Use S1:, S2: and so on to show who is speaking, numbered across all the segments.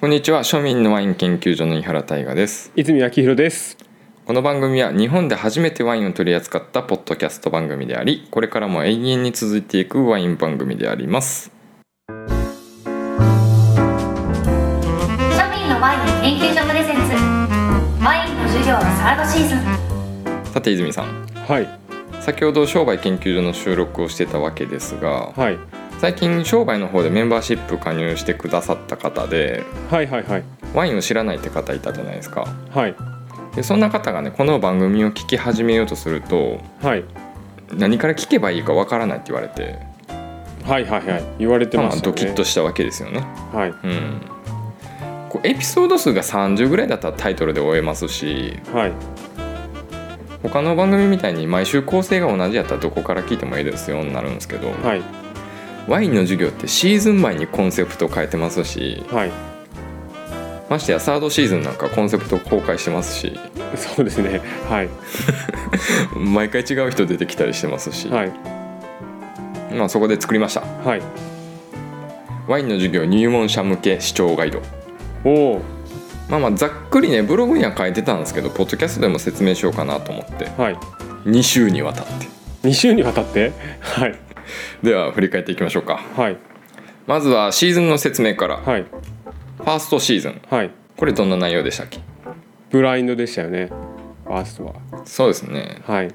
S1: こんにちは庶民のワイン研究所の井原大我です
S2: 泉明弘です
S1: この番組は日本で初めてワインを取り扱ったポッドキャスト番組でありこれからも永遠に続いていくワイン番組であります
S3: 庶民のワイン研究所プレゼンツワインの授業サードシーズン
S1: さて泉さん
S2: はい
S1: 先ほど商売研究所の収録をしてたわけですが
S2: はい
S1: 最近商売の方でメンバーシップ加入してくださった方で
S2: はいはいはい
S1: ワインを知らないって方いたじゃないですか
S2: はい
S1: でそんな方がねこの番組を聞き始めようとすると
S2: はい
S1: 何から聞けばいいかわからないって言われて
S2: はいはいはい言われて
S1: ま
S2: ま
S1: あ
S2: したね
S1: ドキッとしたわけですよね
S2: はい
S1: うん、こうエピソード数が30ぐらいだったらタイトルで終えますし
S2: はい
S1: 他の番組みたいに毎週構成が同じやったらどこから聞いてもいいですよになるんですけど、
S2: はい
S1: ワインの授業ってシーズン前にコンセプトを変えてますし
S2: はい
S1: ましてやサードシーズンなんかコンセプト公開してますし
S2: そうですねはい
S1: 毎回違う人出てきたりしてますし、
S2: はい
S1: まあ、そこで作りました
S2: はい
S1: ワインの授業入門者向け視聴ガイド
S2: おお
S1: まあまあざっくりねブログには書いてたんですけどポッドキャストでも説明しようかなと思って
S2: はい
S1: 2週にわたって
S2: 二週にわたってはい
S1: では振り返っていきましょうか
S2: はい
S1: まずはシーズンの説明から、フ
S2: はい
S1: ァーストシーズン
S2: はい
S1: これどんな内容でしたっけ
S2: ブラインドでしたよねファーストは
S1: そうですね
S2: はい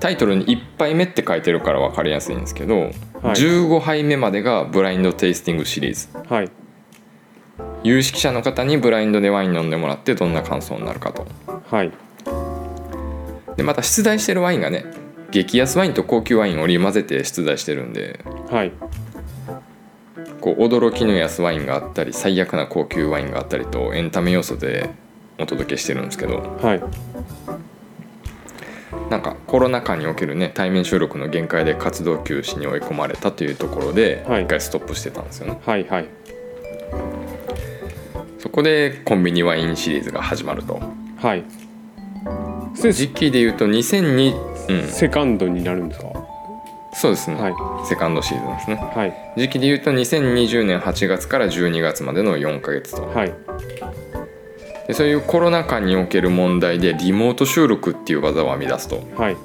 S1: タイトルに1杯目って書いてるから分かりやすいんですけど、
S2: はい
S1: 15杯目までがブラインドテイスティングシリーズ
S2: はい
S1: 有識者の方にブラインドでワイン飲んでもらってどんな感想になるかと
S2: はい
S1: でまた出題してるワインがね激安ワインと高級ワインを織り交ぜて出題してるんで
S2: はい
S1: こう驚きの安ワインがあったり最悪な高級ワインがあったりとエンタメ要素でお届けしてるんですけど
S2: はい
S1: なんかコロナ禍におけるね対面収録の限界で活動休止に追い込まれたというところで
S2: はい
S1: 一回ストップしてたんですよね、
S2: はいはい
S1: そこでコンビニワインシリーズが始まると
S2: はいせ
S1: 時期で言うと2002うん
S2: セカンドになるんですか
S1: そうですね、
S2: は
S1: セカンドシーズンですね
S2: いはい
S1: 時期で言うと2020年8月から12月までの4ヶ月と
S2: はい
S1: でそういうコロナ禍における問題でリモート収録っていう技を編み出すと
S2: はい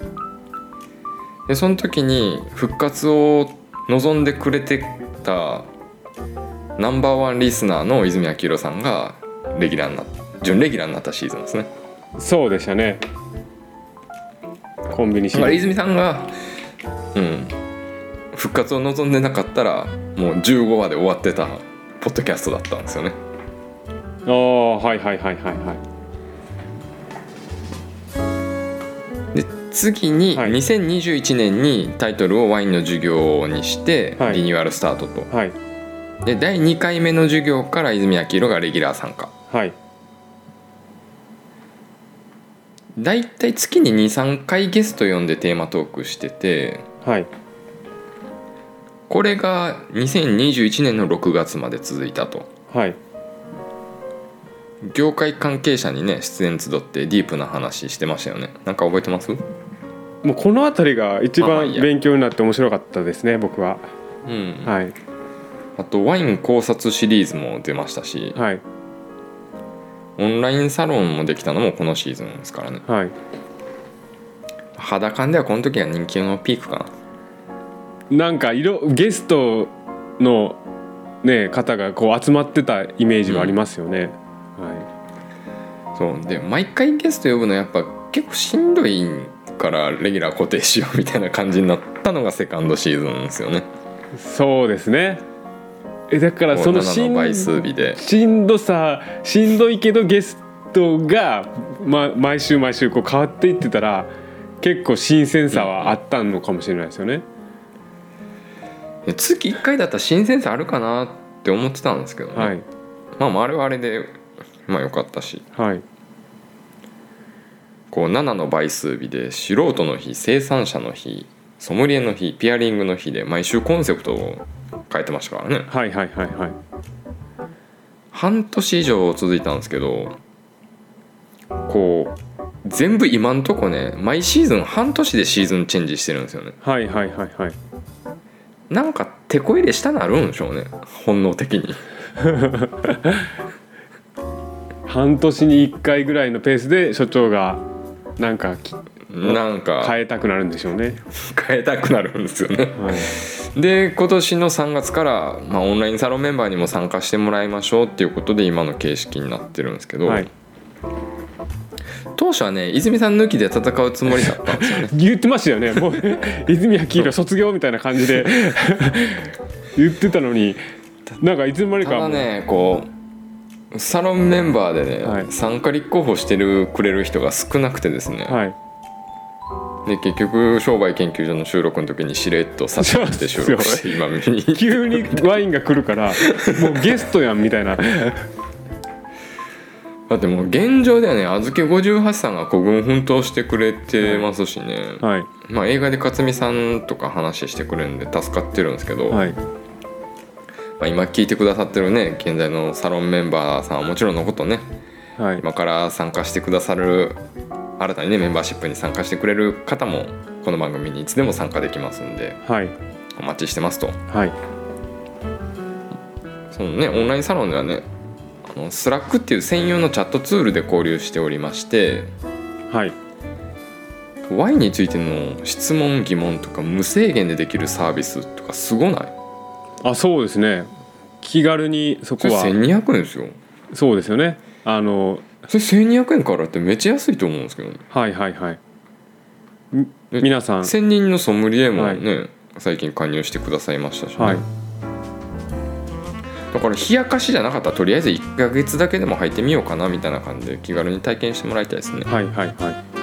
S1: でその時に復活を望んでくれてたナンバーワンリスナーの泉明宏さんがレギュラーになった準レギュラーになったシーズンですね
S2: そうでしたねコンビニシ
S1: だから
S2: リーズ
S1: 泉さんがうん復活を望んでなかったらもう15話で終わってたポッドキャストだったんですよね
S2: ああはいはいはいはいはい
S1: で次に
S2: はい
S1: 2021年にタイトルを「ワインの授業」にして
S2: はい
S1: リニューアルスタートと、
S2: はい
S1: で第2回目の授業から泉明宏がレギュラー参加
S2: はい
S1: 大体月に23回ゲスト呼んでテーマトークしてて
S2: はい
S1: これが2021年の6月まで続いたと
S2: はい
S1: 業界関係者にね出演集ってディープな話してましたよねなんか覚えてますう
S2: もうこの辺りが一
S1: まあまあ
S2: 番
S1: いいや
S2: 勉強になって面白かったですね僕は
S1: ん
S2: はい
S1: あとワイン考察シリーズも出ましたし
S2: はい
S1: オンラインサロンもできたのもこのシーズンですからね
S2: はい
S1: 肌感ではこの時が人気のピークかな
S2: なんか色ゲストのね方がこう集まってたイメージはありますよね、は
S1: そうで毎回ゲスト呼ぶのやっぱ結構しんどいからレギュラー固定しようみたいな感じになったのがセカンドシーズンですよね
S2: いそうですねえだからそ
S1: そ
S2: の
S1: の
S2: し
S1: 7
S2: ん
S1: の倍数日で
S2: しんどさしんどいけどゲストが、ま、毎週毎週こう変わっていってたら結構新鮮さはあったのかもしれないですよね、
S1: で月1回だったら新鮮さあるかなって思ってたんですけど、ね
S2: はい
S1: まあまああれはあれでまあ良かったし
S2: はい
S1: こう7の倍数日で素人の日生産者の日ソムリエの日ピアリングの日で毎週コンセプトを変えてましたからね
S2: はいはいはいはい
S1: 半年以上続いたんですけどこう全部今んとこね毎シーズン半年でシーズンチェンジしてるんですよね
S2: はいはいはいはい
S1: なんか手こ入れしたなるんでしょうね本能的に
S2: 半年に1回ぐらいのペースで所長がなんかき
S1: なんか
S2: 変えたくなるんでしょうね、
S1: 変えたくなるんですよね
S2: はい、
S1: で今年の3月から、まあ、オンラインサロンメンバーにも参加してもらいましょうっていうことで今の形式になってるんですけど、
S2: はい
S1: 当初はね泉さん抜きで戦うつもりだ ったんですよね
S2: 言ってましたよねもう 泉谷黄色卒業みたいな感じで 言ってたのになんかいつの間に
S1: ただ
S2: か、
S1: ねこうサロンメンバーでね、
S2: はい
S1: 参加立候補してるくれる人が少なくてですね、
S2: はい
S1: で結局商売研究所の収録の時にしれっと差し出して収 録して今見に
S2: 急にワインが来るからもうゲストやんみたいな
S1: だってもう現状ではねあずき58さんが孤軍奮闘してくれてますしね、
S2: はい
S1: まあ、映画で克実さんとか話してくれるんで助かってるんですけど、
S2: はい
S1: まあ、今聞いてくださってるね現在のサロンメンバーさんはもちろんのことね
S2: はい
S1: 今から参加してくださる新たにねメンバーシップに参加してくれる方もこの番組にいつでも参加できますんで
S2: はい
S1: お待ちしてますと
S2: はい
S1: そのねオンラインサロンではねあのスラックっていう専用のチャットツールで交流しておりまして
S2: はい
S1: Y についての質問疑問とか無制限でできるサービスとかすごない
S2: あそうですね気軽にそ
S1: そ
S2: こ
S1: れ
S2: は
S1: 1200円ですよ
S2: そうですよねあの
S1: それ1200円からってめっちゃ安いと思うんですけどね
S2: はいはいはいん皆さん
S1: 1000人のソムリエも
S2: はい
S1: ね、最近加入してくださいましたし、ね
S2: はい
S1: だから冷やかしじゃなかったらとりあえず1ヶ月だけでも履いてみようかなみたいな感じで気軽に体験してもらいたいですね
S2: はいはいはい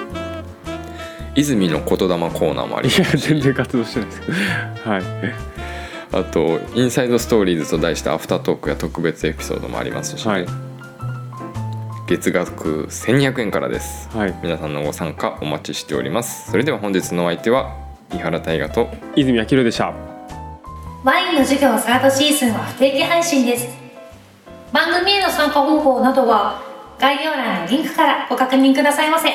S1: 泉の言霊コーナーもあり
S2: いや全然活動してないですけどはい
S1: あと「インサイドストーリーズ」と題したアフタートークや特別エピソードもありますし、ね
S2: はい
S1: 月額1200円からです
S2: はい
S1: 皆さんのご参加お待ちしておりますそれでは本日のお相手は井原大我と
S2: 泉明宏でした
S3: ワインの授業サードシーズンは不定期配信です番組への参加方法などは概要欄のリンクからご確認くださいませ